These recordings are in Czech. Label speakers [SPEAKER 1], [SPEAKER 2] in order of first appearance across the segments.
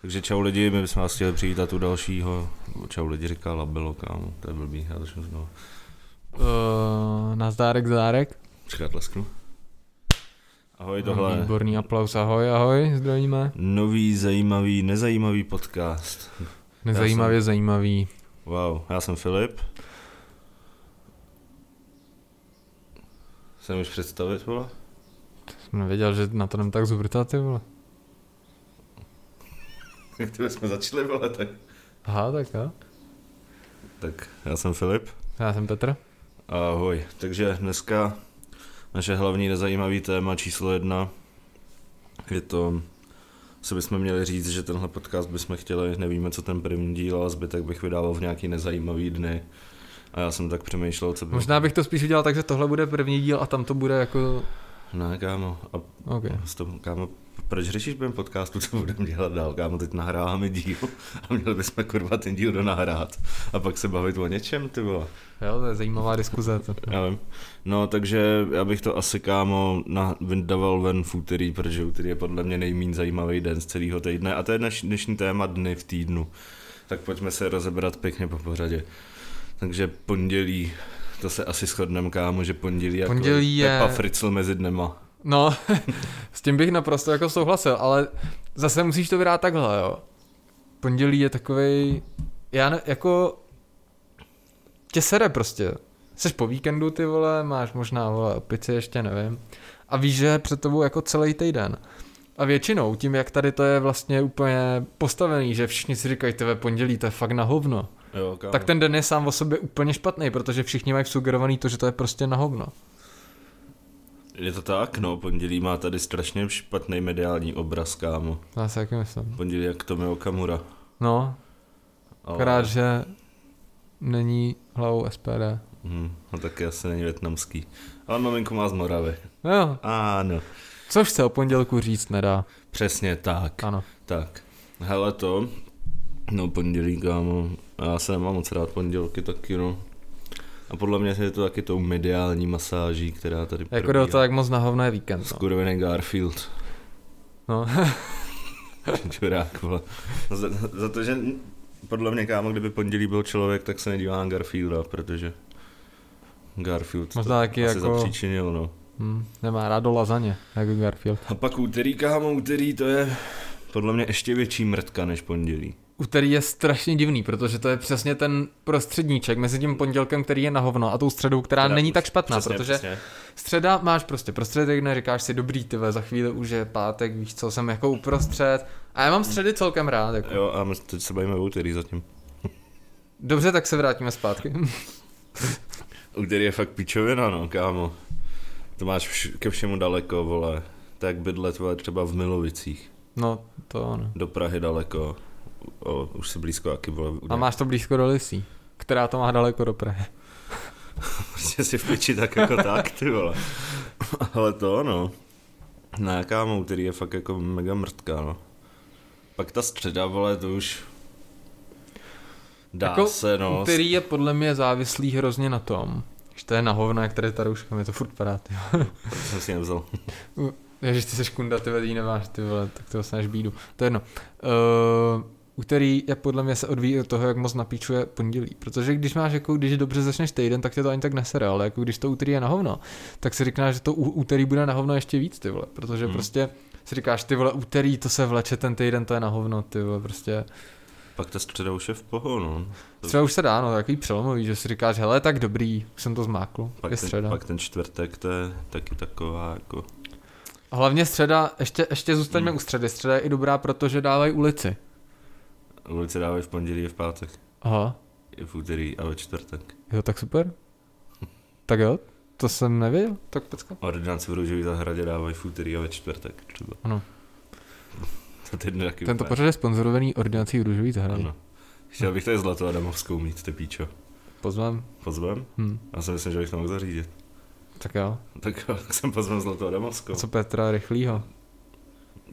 [SPEAKER 1] Takže čau lidi, my bychom vás chtěli přivítat u dalšího, čau lidi říká labelo, kámo, to je blbý, já začnu znovu.
[SPEAKER 2] Uh, na zdárek, zdárek.
[SPEAKER 1] Počkat, lesknu. Ahoj, tohle je
[SPEAKER 2] Výborný aplaus, ahoj, ahoj, zdravíme.
[SPEAKER 1] nový, zajímavý, nezajímavý podcast.
[SPEAKER 2] Nezajímavě zajímavý.
[SPEAKER 1] Wow, já jsem Filip. Se už představit, vole?
[SPEAKER 2] Jsem nevěděl, že na to jdem tak zubrtat, ty vole.
[SPEAKER 1] Jak to jsme začali, vole, tak.
[SPEAKER 2] Aha, tak jo.
[SPEAKER 1] Tak, já jsem Filip.
[SPEAKER 2] Já jsem Petr.
[SPEAKER 1] Ahoj, takže dneska naše hlavní nezajímavý téma číslo jedna je to, co bychom měli říct, že tenhle podcast bychom chtěli, nevíme co ten první díl, ale zbytek bych vydával v nějaký nezajímavý dny. A já jsem tak přemýšlel, co by...
[SPEAKER 2] Možná bych to spíš udělal tak, že tohle bude první díl a tam to bude jako...
[SPEAKER 1] Ne, No, kámo, a
[SPEAKER 2] OK.
[SPEAKER 1] s tom, kámo, proč řešíš během podcastu, co budeme dělat dál, kámo, teď nahráváme díl a měli bychom kurva ten díl donahrát a pak se bavit o něčem, ty vole.
[SPEAKER 2] Jo, to je zajímavá diskuze. To.
[SPEAKER 1] Já vím. No, takže já bych to asi, kámo, na, vydával ven v úterý, protože úterý je podle mě nejmín zajímavý den z celého týdne. A to je naš, dnešní téma dny v týdnu. Tak pojďme se rozebrat pěkně po pořadě. Takže pondělí, to se asi shodneme, kámo, že pondělí,
[SPEAKER 2] Pondělí
[SPEAKER 1] jako
[SPEAKER 2] je-
[SPEAKER 1] Pepa Fritzl mezi dnema.
[SPEAKER 2] No, s tím bych naprosto jako souhlasil, ale zase musíš to vyrát takhle, jo. Pondělí je takovej, já ne, jako, tě sere prostě. Jsi po víkendu, ty vole, máš možná, vole, opici, ještě nevím. A víš, že je před tebou jako celý týden. A většinou, tím jak tady to je vlastně úplně postavený, že všichni si říkají, tebe pondělí, to je fakt na hovno.
[SPEAKER 1] Jo, kámo.
[SPEAKER 2] Tak ten den je sám o sobě úplně špatný, protože všichni mají sugerovaný to, že to je prostě na hovno.
[SPEAKER 1] Je to tak, no, pondělí má tady strašně špatný mediální obraz, kámo.
[SPEAKER 2] Já si taky myslím.
[SPEAKER 1] Pondělí jak Tomio Kamura.
[SPEAKER 2] No, Akorát, že není hlavou SPD.
[SPEAKER 1] Hm, no taky asi není větnamský. Ale maminko má z Moravy.
[SPEAKER 2] No jo,
[SPEAKER 1] Ano.
[SPEAKER 2] což se o pondělku říct nedá.
[SPEAKER 1] Přesně tak.
[SPEAKER 2] Ano.
[SPEAKER 1] Tak. Hele to, no pondělí kámo, já se nemám moc rád pondělky taky no. A podle mě je to taky tou mediální masáží, která tady
[SPEAKER 2] Jako jde o to, jak moc na hovno je víkend. No.
[SPEAKER 1] Skurvený Garfield.
[SPEAKER 2] no.
[SPEAKER 1] Čurák, vole. Za, za, to, že podle mě kámo, kdyby pondělí byl člověk, tak se nedívá na Garfielda, protože Garfield to
[SPEAKER 2] Možná taky
[SPEAKER 1] asi
[SPEAKER 2] jako-
[SPEAKER 1] zapříčinil, no.
[SPEAKER 2] hm, nemá rád do lazaně, jako Garfield.
[SPEAKER 1] A pak úterý, kámo, úterý to je podle mě ještě větší mrtka než pondělí.
[SPEAKER 2] Úterý je strašně divný, protože to je přesně ten prostředníček mezi tím pondělkem, který je na hovno, a tou středou, která
[SPEAKER 1] Teda
[SPEAKER 2] není
[SPEAKER 1] už-
[SPEAKER 2] tak špatná,
[SPEAKER 1] přesně,
[SPEAKER 2] protože
[SPEAKER 1] přesně.
[SPEAKER 2] Středa máš prostě prostředek, neříkáš si dobrý, ty vole, za chvíli už je pátek, víš co, jsem jako uprostřed. A já mám středy celkem rád. Jako.
[SPEAKER 1] Jo, a my teď se bavíme o úterý zatím.
[SPEAKER 2] Dobře, tak se vrátíme zpátky.
[SPEAKER 1] Úterý je fakt pičovina, no, kámo. To máš vš- ke všemu daleko, vole. Tak bydlet, vole, třeba v Milovicích.
[SPEAKER 2] No, to ono.
[SPEAKER 1] Do Prahy daleko. O, už si blízko, jaký vole.
[SPEAKER 2] A
[SPEAKER 1] udělá-
[SPEAKER 2] máš to blízko do Lisí, která to má daleko do Prahy.
[SPEAKER 1] Prostě si v piči tak jako tak, ty vole. Ale to, no. Ne, kámo, úterý je fakt jako mega mrtká, no. Pak ta středa, vole, to už... Dá
[SPEAKER 2] Jako
[SPEAKER 1] se, no.
[SPEAKER 2] Který je podle mě závislý hrozně na tom, že to je na hovno, jak tady ta rouška, mi to furt padá, ty vole.
[SPEAKER 1] Proč jsem si nevzal?
[SPEAKER 2] Ježiš, ty seš kunda, ty vedí nemáš, ty vole, tak to dostaneš bídu. To je jedno. Uh, úterý je podle mě se odvíjí od toho, jak moc napíčuje pondělí. Protože když máš jako, když dobře začneš týden, tak tě to ani tak nesere, ale jako když to úterý je na hovno, tak si říkáš, že to ú- úterý bude na hovno ještě víc, ty vole. Protože
[SPEAKER 1] Hmm.
[SPEAKER 2] hmm. prostě si říkáš, ty vole, úterý to se vleče, ten týden to je na hovno, ty vole, prostě.
[SPEAKER 1] Pak ta středa už je v pohonu. To-
[SPEAKER 2] Středa už se dá, no, takový přelomový, že si říkáš, hele, tak dobrý, už jsem to zmákl,
[SPEAKER 1] Pak
[SPEAKER 2] je
[SPEAKER 1] ten,
[SPEAKER 2] středa.
[SPEAKER 1] pak ten čtvrtek, to je taky taková jako...
[SPEAKER 2] A Hlavně středa, ještě, ještě zůstaňme
[SPEAKER 1] Hmm.
[SPEAKER 2] u středy, středa je i dobrá, protože dávají ulici.
[SPEAKER 1] Ulice dávají v pondělí, je v pátek,
[SPEAKER 2] Aha,
[SPEAKER 1] je v úterý a ve čtvrtek.
[SPEAKER 2] jo, tak super. Tak jo, to jsem nevěděl, tak pecka.
[SPEAKER 1] Ordinaci v Růžový zahradě dávají v úterý a ve čtvrtek třeba.
[SPEAKER 2] Ano.
[SPEAKER 1] To teď taky
[SPEAKER 2] Tento
[SPEAKER 1] úplně-
[SPEAKER 2] pořad je sponzorovaný ordinací Růžový zahrady.
[SPEAKER 1] Ano. Chtěl bych tady Zlatou Adamovskou mít, ty píčo.
[SPEAKER 2] Pozvám.
[SPEAKER 1] Pozvem?
[SPEAKER 2] Hm.
[SPEAKER 1] Já si myslím, že bych to mohl zařídit.
[SPEAKER 2] Tak jo.
[SPEAKER 1] Tak, jo, tak jsem pozval Zlatou Adamovskou.
[SPEAKER 2] A co Petra Rychlýho?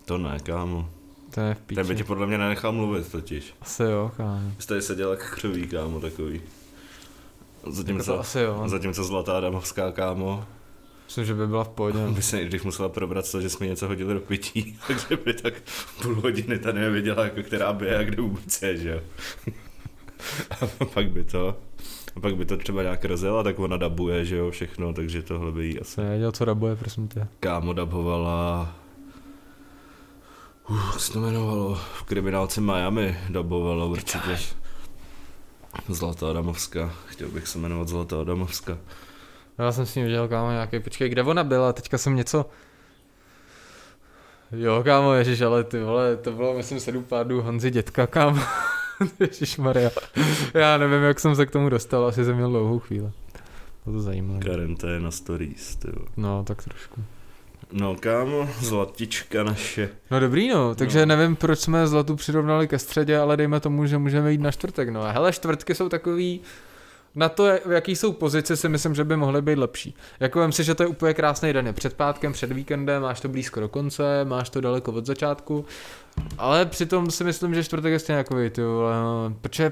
[SPEAKER 1] To ne, kámo.
[SPEAKER 2] To je v
[SPEAKER 1] Ten by tě
[SPEAKER 2] píči.
[SPEAKER 1] podle mě nenechal mluvit totiž.
[SPEAKER 2] Asi jo, kámo.
[SPEAKER 1] Vy jste tady seděl jak křoví, kámo, takový.
[SPEAKER 2] Jako
[SPEAKER 1] Zatímco,
[SPEAKER 2] to asi jo.
[SPEAKER 1] zatímco Zlatá Adamovská, kámo,
[SPEAKER 2] Myslím, že by byla v pohodě.
[SPEAKER 1] By se když musela probrat to, že jsme něco hodili do pití, takže by tak půl hodiny tady nevěděla, jako která by je a kde vůbec je, že jo. A pak by to, a pak by to třeba nějak rozjela, tak ona dabuje, že jo, všechno, takže tohle by jí asi
[SPEAKER 2] Jsem nevěděl, co rabuje, prosím tě.
[SPEAKER 1] kámo dabovala. Uh, jak se to jmenovalo? V kriminálce Miami dabovala určitě. Zlatá Adamovská. Chtěl bych se jmenovat Zlatá Adamovská.
[SPEAKER 2] Já jsem s ním viděl, kámo, nějaký, počkej, kde ona byla, teďka jsem něco... Jo, kámo, ježiš, ale ty vole, to bylo, myslím, sedm pádů Honzi dětka, kámo. ježiš Maria. Já nevím, jak jsem se k tomu dostal, asi jsem měl dlouhou chvíli. Bylo to zajímavé.
[SPEAKER 1] Karanténa stories, tyjo.
[SPEAKER 2] No, tak trošku.
[SPEAKER 1] No kámo, zlatička naše.
[SPEAKER 2] No dobrý, no, takže no. nevím, proč jsme zlatu přirovnali ke středě, ale dejme tomu, že můžeme jít na čtvrtek. No a hele, čtvrtky jsou takový, na to, jak- v jaký jsou pozice, si myslím, že by mohly být lepší. Jako vím si, že to je úplně krásný den, je před pátkem, před víkendem, máš to blízko do konce, máš to daleko od začátku, ale přitom si myslím, že čtvrtek je stejně takový, ty vole, no, protože,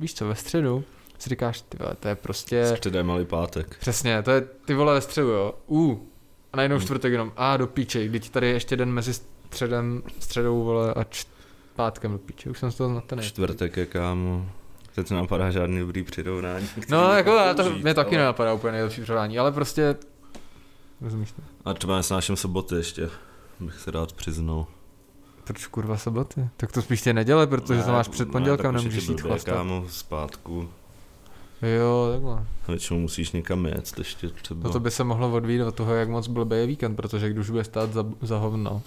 [SPEAKER 2] víš co, ve středu si říkáš, ty vole, to je prostě...
[SPEAKER 1] Středa je malý pátek.
[SPEAKER 2] Přesně, to je ty vole ve středu, jo. U. A najednou
[SPEAKER 1] Hmm.
[SPEAKER 2] čtvrtek jenom, a do píče, když tady je ještě den mezi středem, středou vole a čt- pátkem do píče, už jsem z toho znatený.
[SPEAKER 1] Čtvrtek je kámo. Teď napadá žádný dobrý přirovnání.
[SPEAKER 2] No,
[SPEAKER 1] který
[SPEAKER 2] jako já to
[SPEAKER 1] použít,
[SPEAKER 2] mě taky
[SPEAKER 1] ale-
[SPEAKER 2] nenapadá úplně nejlepší přirovnání, ale prostě, rozumíš to?
[SPEAKER 1] A třeba nesnáším soboty ještě, bych se rád přiznal.
[SPEAKER 2] Proč kurva soboty? Tak to spíš tě neděle, protože
[SPEAKER 1] Ne,
[SPEAKER 2] to máš před
[SPEAKER 1] ne,
[SPEAKER 2] pondělkem,
[SPEAKER 1] tak už je
[SPEAKER 2] nemůžeš
[SPEAKER 1] to
[SPEAKER 2] jít
[SPEAKER 1] blbě,
[SPEAKER 2] chlastat.
[SPEAKER 1] Kámo, zpátku.
[SPEAKER 2] Jo, takhle.
[SPEAKER 1] Většinou musíš někam jet, ještě třeba.
[SPEAKER 2] No to by se mohlo odvíjet od toho, jak moc blbý je víkend, protože když bude stát za, za hovno,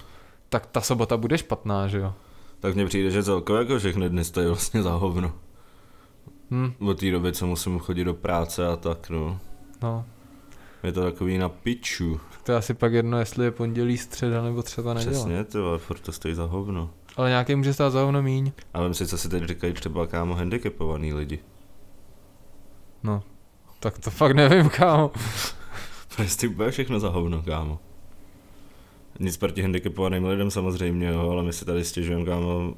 [SPEAKER 2] tak ta sobota bude špatná, že jo?
[SPEAKER 1] Tak mně přijde, že celkově jako všechny dny stojí vlastně za hovno.
[SPEAKER 2] Hm,
[SPEAKER 1] Od té doby, co musím chodit do práce a tak, no.
[SPEAKER 2] no.
[SPEAKER 1] Je to takový na piču.
[SPEAKER 2] To je asi pak jedno, jestli je pondělí, středa nebo třeba neděle. Přesně.
[SPEAKER 1] Přesně, ty vole, furt to stojí za hovno.
[SPEAKER 2] Ale nějaký může stát za hovno míň.
[SPEAKER 1] A vím si, co si teď říkají třeba kámo handicapovaný lidi.
[SPEAKER 2] No, tak to fakt nevím, kámo.
[SPEAKER 1] Prostě úplně všechno za hovno, kámo. Nic proti handicapovaným lidem samozřejmě, jo, ale my si tady stěžujeme, kámo,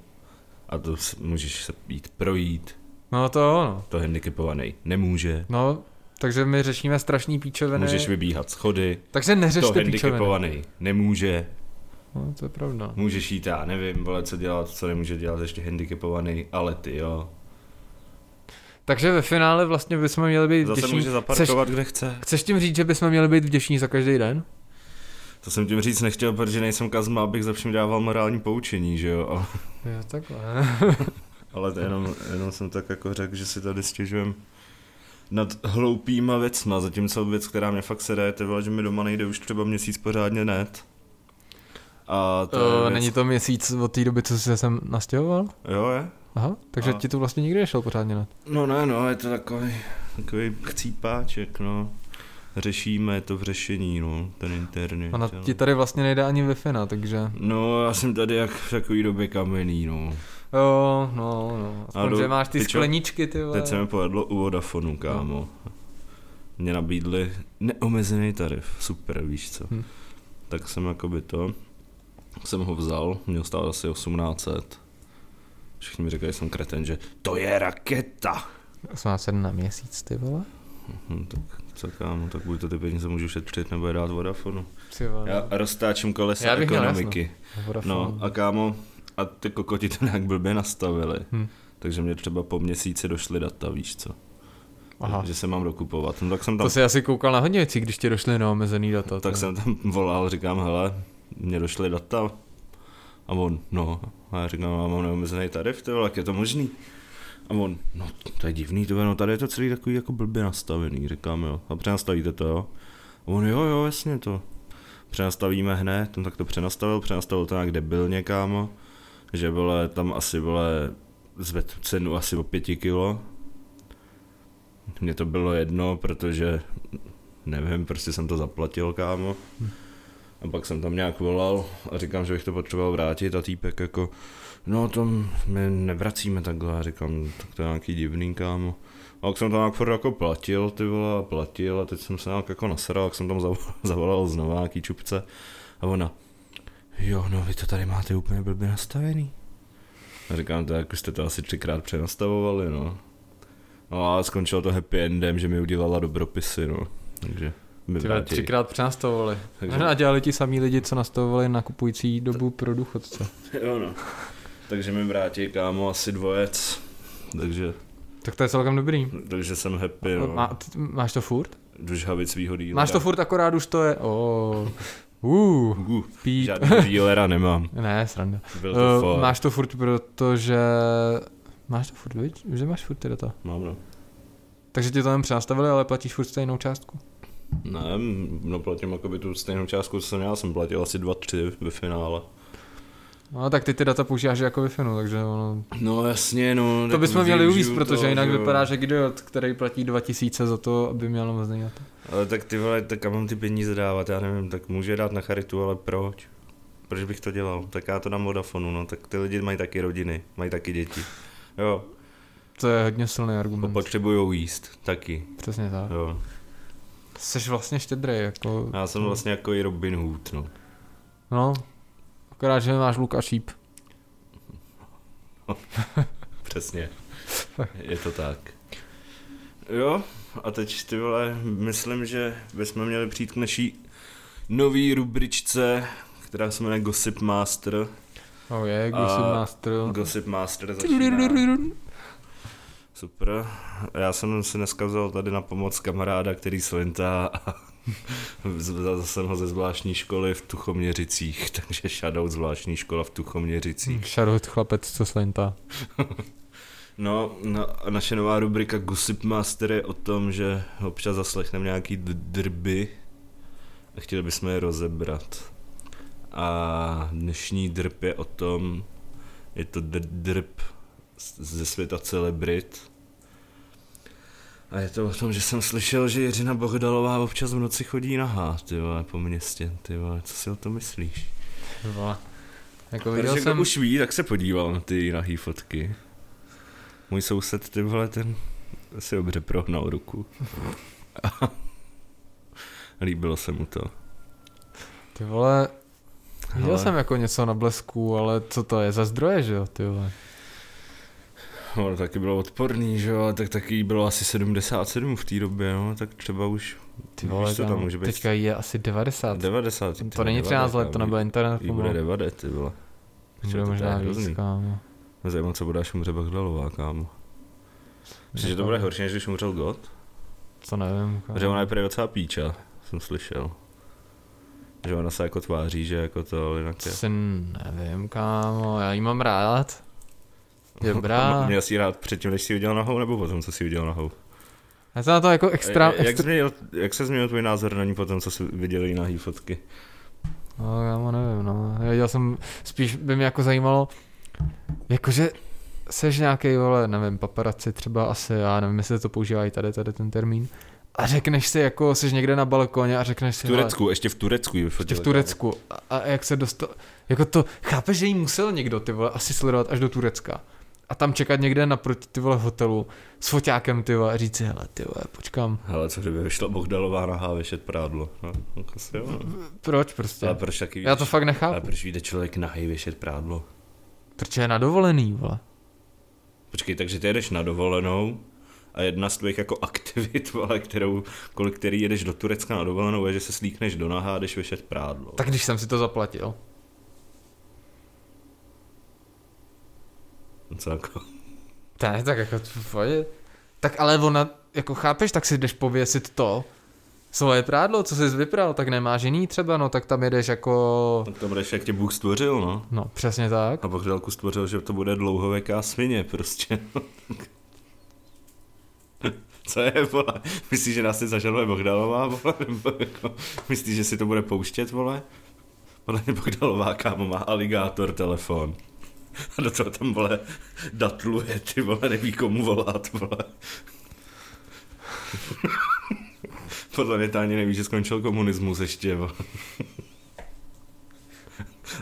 [SPEAKER 1] a to s- můžeš se jít projít,
[SPEAKER 2] No to jo, no.
[SPEAKER 1] to handicapovaný nemůže.
[SPEAKER 2] No, takže my řešíme strašný píčoviny.
[SPEAKER 1] Můžeš vybíhat schody,
[SPEAKER 2] Takže
[SPEAKER 1] to
[SPEAKER 2] neřešte píčoviny.
[SPEAKER 1] handicapovaný nemůže.
[SPEAKER 2] No, to je pravda.
[SPEAKER 1] Můžeš jít, já nevím, vole, co dělat, co nemůže dělat ještě handicapovaný, ale ty jo.
[SPEAKER 2] Takže ve finále vlastně bychom měli být
[SPEAKER 1] Zase
[SPEAKER 2] vděční.
[SPEAKER 1] může zaparkovat, kde chce.
[SPEAKER 2] chceš tím říct, že bychom měli být vděční za každý den?
[SPEAKER 1] To jsem tím říct nechtěl, protože nejsem kazma, abych za vším dával morální poučení, že jo. ale-
[SPEAKER 2] Jo, takhle.
[SPEAKER 1] Ale to jenom, jenom jsem tak jako řekl, že si tady stěžujem nad hloupýma věcma, zatímco věc, která mě fakt sere, je ty vole, že mi doma nejde už třeba měsíc pořádně net. A to je
[SPEAKER 2] To,
[SPEAKER 1] věc...
[SPEAKER 2] Eh, není to měsíc od té doby, co jsi se sem nastěhoval?
[SPEAKER 1] Jo, je?
[SPEAKER 2] Aha, takže
[SPEAKER 1] A.
[SPEAKER 2] ti to vlastně nikdy nešel pořádně na.
[SPEAKER 1] No ne, no, je to takový, takový chcípáček, no. Řešíme, je to v řešení, no, ten internet.
[SPEAKER 2] Ona
[SPEAKER 1] ale-
[SPEAKER 2] ti tady vlastně nejde ani ve fina, takže...
[SPEAKER 1] No, já jsem tady jak v takový době kamenný, no.
[SPEAKER 2] Jo, no, no.
[SPEAKER 1] A
[SPEAKER 2] Aspoň,
[SPEAKER 1] jdu-
[SPEAKER 2] že máš ty
[SPEAKER 1] ty čo?
[SPEAKER 2] skleničky, ty vole.
[SPEAKER 1] Teď se mi povedlo u Vodafonu, kámo. Mě nabídli neomezený tarif, super, víš co.
[SPEAKER 2] Hm.
[SPEAKER 1] Hmm. Tak jsem jakoby to, jsem ho vzal, měl stál asi 1800. Všichni mi říkají, že jsem kreten, že to je raketa.
[SPEAKER 2] 18 na měsíc, ty vole.
[SPEAKER 1] Hm, tak co kámo, tak buď to ty peníze můžu šetřit, nebo je dát Vodafonu.
[SPEAKER 2] Ty vole.
[SPEAKER 1] Já roztáčím kolesa
[SPEAKER 2] Já bych měl
[SPEAKER 1] ekonomiky.
[SPEAKER 2] Vodafone.
[SPEAKER 1] No a kámo, a ty kokoti to nějak blbě nastavili.
[SPEAKER 2] Hm.
[SPEAKER 1] Hmm. Takže mě třeba po měsíci došly data, víš co.
[SPEAKER 2] Aha.
[SPEAKER 1] Že se mám dokupovat. No tak jsem tam
[SPEAKER 2] To jsi asi koukal na hodně věcí, když ti došly neomezený data.
[SPEAKER 1] No, Tak
[SPEAKER 2] ty.
[SPEAKER 1] jsem tam volal, říkám, hele, mě došly data. A on, no. A já říkám, já mám neomezený tarif, ty vole, jak je to možný? A on, no to je divný, to no tady je to celý takový jako blbě nastavený, říkám, jo. A přenastavíte to, jo? A on, jo, jo, jasně to. Přenastavíme hned, on tak to přenastavil, přenastavil to nějak debilně, kámo. Že bylo, tam asi bylo zvedl cenu asi o pěti kilo. Mně to bylo jedno, protože nevím, prostě jsem to zaplatil, kámo. A pak jsem tam nějak volal a říkám, že bych to potřeboval vrátit a týpek jako, no to my nevracíme takhle. A říkám, tak to je nějaký divný, kámo. A pak jsem tam nějak furt jako platil, ty vole, a platil a teď jsem se nějak jako nasral, jak jsem tam zavolal, zavolal znovu nějaký čupce a ona, jo, no vy to tady máte úplně blbě nastavený. A říkám, to jako jste to asi třikrát přenastavovali, no. No a skončilo to happy endem, že mi udělala dobropisy, no. Takže mi
[SPEAKER 2] Tyhle,
[SPEAKER 1] vrátí.
[SPEAKER 2] třikrát přenastavovali.
[SPEAKER 1] Takže-
[SPEAKER 2] Možná dělali ti samí lidi, co nastavovali na kupující dobu pro důchodce.
[SPEAKER 1] Jo no. Takže mi vrátí kámo asi dvojec. Takže,
[SPEAKER 2] Tak to je celkem dobrý.
[SPEAKER 1] takže jsem happy, no.
[SPEAKER 2] Má, ty- máš to furt?
[SPEAKER 1] Dužhavit svýho dílera.
[SPEAKER 2] Máš to furt, akorát už to je... Oh. Uh,
[SPEAKER 1] Uh,
[SPEAKER 2] píp.
[SPEAKER 1] žádného dílera nemám.
[SPEAKER 2] Ne, sranda.
[SPEAKER 1] Byl to
[SPEAKER 2] Uh,
[SPEAKER 1] for.
[SPEAKER 2] máš to furt, protože... Máš to furt, viď? Že máš furt ty data.
[SPEAKER 1] Mám no.
[SPEAKER 2] Takže ti to jenom přenastavili, ale platíš furt stejnou částku.
[SPEAKER 1] Ne, no platím jakoby tu stejnou částku, co jsem měl, jsem platil asi 2-3 ve finále.
[SPEAKER 2] No tak ty ty data používáš jako wi takže ono...
[SPEAKER 1] No jasně, no.
[SPEAKER 2] To
[SPEAKER 1] tak
[SPEAKER 2] bychom měli
[SPEAKER 1] využiju
[SPEAKER 2] uvíct, protože
[SPEAKER 1] to,
[SPEAKER 2] jinak
[SPEAKER 1] že jo.
[SPEAKER 2] vypadáš jak idiot, který platí 2000 za to, aby měl moc data.
[SPEAKER 1] Ale tak ty vole, tak kam mám ty peníze dávat, já nevím, tak můžu je dát na charitu, ale proč? Proč bych to dělal? Tak já to dám Vodafonu, no, tak ty lidi mají taky rodiny, mají taky děti. Jo,
[SPEAKER 2] To je hodně silný argument.
[SPEAKER 1] potřebují jíst, taky,
[SPEAKER 2] Přesně tak.
[SPEAKER 1] jo.
[SPEAKER 2] Jsi vlastně štědrý, jako...
[SPEAKER 1] Já jsem vlastně jako i Robin Hood, no.
[SPEAKER 2] No, akorát, že máš luk a šíp.
[SPEAKER 1] Přesně. Je to tak. Jo, a teď ty vole, myslím, že bychom měli přijít k naší nový rubričce, která se jmenuje Gossip Master.
[SPEAKER 2] Oh je,
[SPEAKER 1] A-
[SPEAKER 2] když jsem master.
[SPEAKER 1] Gossip Master začíná. Super. Já jsem si dneska vzal tady na pomoc kamaráda, který slintá a vzal jsem ho ze zvláštní školy v Tuchoměřicích, takže shoutout zvláštní škola v Tuchoměřicích.
[SPEAKER 2] Šarot chlapec, co slintá.
[SPEAKER 1] No, na, a naše nová rubrika Gossip Master je o tom, že občas zaslechneme nějaký d- drby a chtěli bychom je rozebrat. A dnešní drb je o tom, je to dr- drb z- ze světa celebrit. A je to o tom, že jsem slyšel, že Jiřina Bohdalová občas v noci chodí nahá, ty vole, po městě, ty vole, co si o to myslíš?
[SPEAKER 2] Vole. Jako
[SPEAKER 1] Protože
[SPEAKER 2] viděl
[SPEAKER 1] kdo
[SPEAKER 2] jsem...
[SPEAKER 1] už ví, tak se podíval na ty nahý fotky. Můj soused, ty vole, ten si dobře prohnal ruku. Líbilo se mu to.
[SPEAKER 2] Ty vole, viděl
[SPEAKER 1] Hele.
[SPEAKER 2] jsem jako něco na blesku, ale co to je za zdroje, že jo, ty vole.
[SPEAKER 1] Ono taky bylo odporný, že jo, ale tak taky jí bylo asi 77 v té době, no, tak třeba už
[SPEAKER 2] Ty vole,
[SPEAKER 1] Víš, co tam
[SPEAKER 2] kámo,
[SPEAKER 1] může být?
[SPEAKER 2] teďka jí je asi 90.
[SPEAKER 1] 90. ty
[SPEAKER 2] to
[SPEAKER 1] vole,
[SPEAKER 2] není 13 let,
[SPEAKER 1] 90,
[SPEAKER 2] to nebyl internet,
[SPEAKER 1] Jí bude
[SPEAKER 2] pomalu.
[SPEAKER 1] 90, ty vole.
[SPEAKER 2] Bude
[SPEAKER 1] to
[SPEAKER 2] možná
[SPEAKER 1] tak
[SPEAKER 2] víc,
[SPEAKER 1] hrozný.
[SPEAKER 2] kámo.
[SPEAKER 1] Mě Zajímá, co bude, až umře Bagdalová, kámo. Myslím, že
[SPEAKER 2] Jako-
[SPEAKER 1] to bude horší, než když umřel God.
[SPEAKER 2] Co nevím,
[SPEAKER 1] Že
[SPEAKER 2] kámo.
[SPEAKER 1] ona je prý docela píča, jsem slyšel. Že ona se jako tváří, že jako to, ale jinak je.
[SPEAKER 2] Si nevím, kámo, já jí mám rád. Dobrá.
[SPEAKER 1] Měl jsi rád předtím, než jsi udělal nahou, nebo potom, co jsi udělal nahou?
[SPEAKER 2] Já jsem na to jako extra,
[SPEAKER 1] jak,
[SPEAKER 2] extra...
[SPEAKER 1] Změnil, jak se změnil tvůj názor na ní potom, co jsi viděl její nahý fotky?
[SPEAKER 2] No, já mu nevím, no. Věděl jsem, spíš by mě jako zajímalo, jakože seš nějaký vole, nevím, paparazzi třeba asi, já nevím, jestli to používají tady, tady ten termín. A řekneš si, jako seš někde na balkoně a řekneš
[SPEAKER 1] V
[SPEAKER 2] si, hele,
[SPEAKER 1] Turecku, ještě v Turecku ji
[SPEAKER 2] ještě
[SPEAKER 1] vyfotili.
[SPEAKER 2] Prostě v Turecku. A, a jak se dostal, jako to, chápeš, že jí musel někdo, ty vole, asi sledovat až do Turecka. A tam čekat někde naproti, ty vole, hotelu s foťákem, ty vole, a říct si, hele, ty vole, počkám.
[SPEAKER 1] Hele, co kdyby vyšla Bohdalová nahá vyšet prádlo? No, tak asi jo. no.
[SPEAKER 2] Proč prostě?
[SPEAKER 1] Ale proč taky
[SPEAKER 2] Já to fakt
[SPEAKER 1] Ale
[SPEAKER 2] nechápu.
[SPEAKER 1] proč jde člověk nahý vyšet prádlo?
[SPEAKER 2] Proč je na dovolený, vole?
[SPEAKER 1] Počkej, takže ty jedeš na dovolenou a jedna z tvých jako aktivit, vole, kterou, kolik který jedeš do Turecka na dovolenou, je, že se slíkneš do nahá a jdeš vyšet prádlo.
[SPEAKER 2] Tak když jsem si to zaplatil.
[SPEAKER 1] Co jako?
[SPEAKER 2] Ne, tak jako, pojď. Tak ale ona, jako chápeš, tak si jdeš pověsit to, svoje prádlo, co jsi vypral, tak nemáš jiný třeba, no tak tam jedeš jako,
[SPEAKER 1] Tak to budeš, jak tě Bůh stvořil, no.
[SPEAKER 2] no přesně tak.
[SPEAKER 1] A Bohdalku stvořil, že to bude dlouhověká svině, prostě. Co je, vole? Myslíš, že nás teď zažaluje Bohdalová, vole? Nebo jako, myslíš, že si to bude pouštět, vole? Podle mě Bohdalová, kámo, má aligátor telefon. A do toho tam, vole, datluje, ty vole, neví komu volat, vole. Podle mě ta ani neví, že skončil komunismus ještě, vole.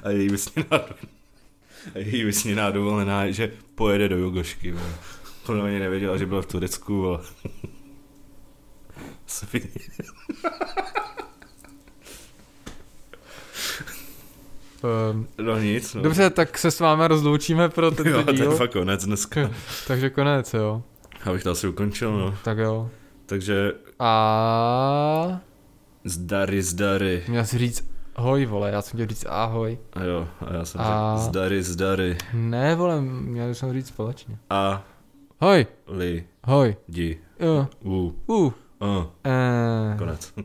[SPEAKER 1] A její vysněná a její vysněná dovolená, je, že pojede do Jugošky. vole. Podle mě nevěděla, že byla v Turecku. vole. Svině.
[SPEAKER 2] Ehm,
[SPEAKER 1] No nic. No.
[SPEAKER 2] Dobře, tak se s vámi rozloučíme pro tento
[SPEAKER 1] jo, to je
[SPEAKER 2] díl,
[SPEAKER 1] fakt konec dneska.
[SPEAKER 2] takže konec, jo.
[SPEAKER 1] Abych to asi ukončil, no.
[SPEAKER 2] Tak jo.
[SPEAKER 1] Takže
[SPEAKER 2] A...
[SPEAKER 1] Zdary, zdary.
[SPEAKER 2] Měl jsi říct hoj, vole, já jsem chtěl říct ahoj.
[SPEAKER 1] A jo, a já jsem
[SPEAKER 2] A-
[SPEAKER 1] a... řekl zdary, zdary.
[SPEAKER 2] Ne, vole, měl jsem říct společně.
[SPEAKER 1] A
[SPEAKER 2] Hoj,
[SPEAKER 1] li
[SPEAKER 2] hoj,
[SPEAKER 1] di
[SPEAKER 2] jo,
[SPEAKER 1] u
[SPEAKER 2] u,
[SPEAKER 1] a
[SPEAKER 2] eh.
[SPEAKER 1] konec.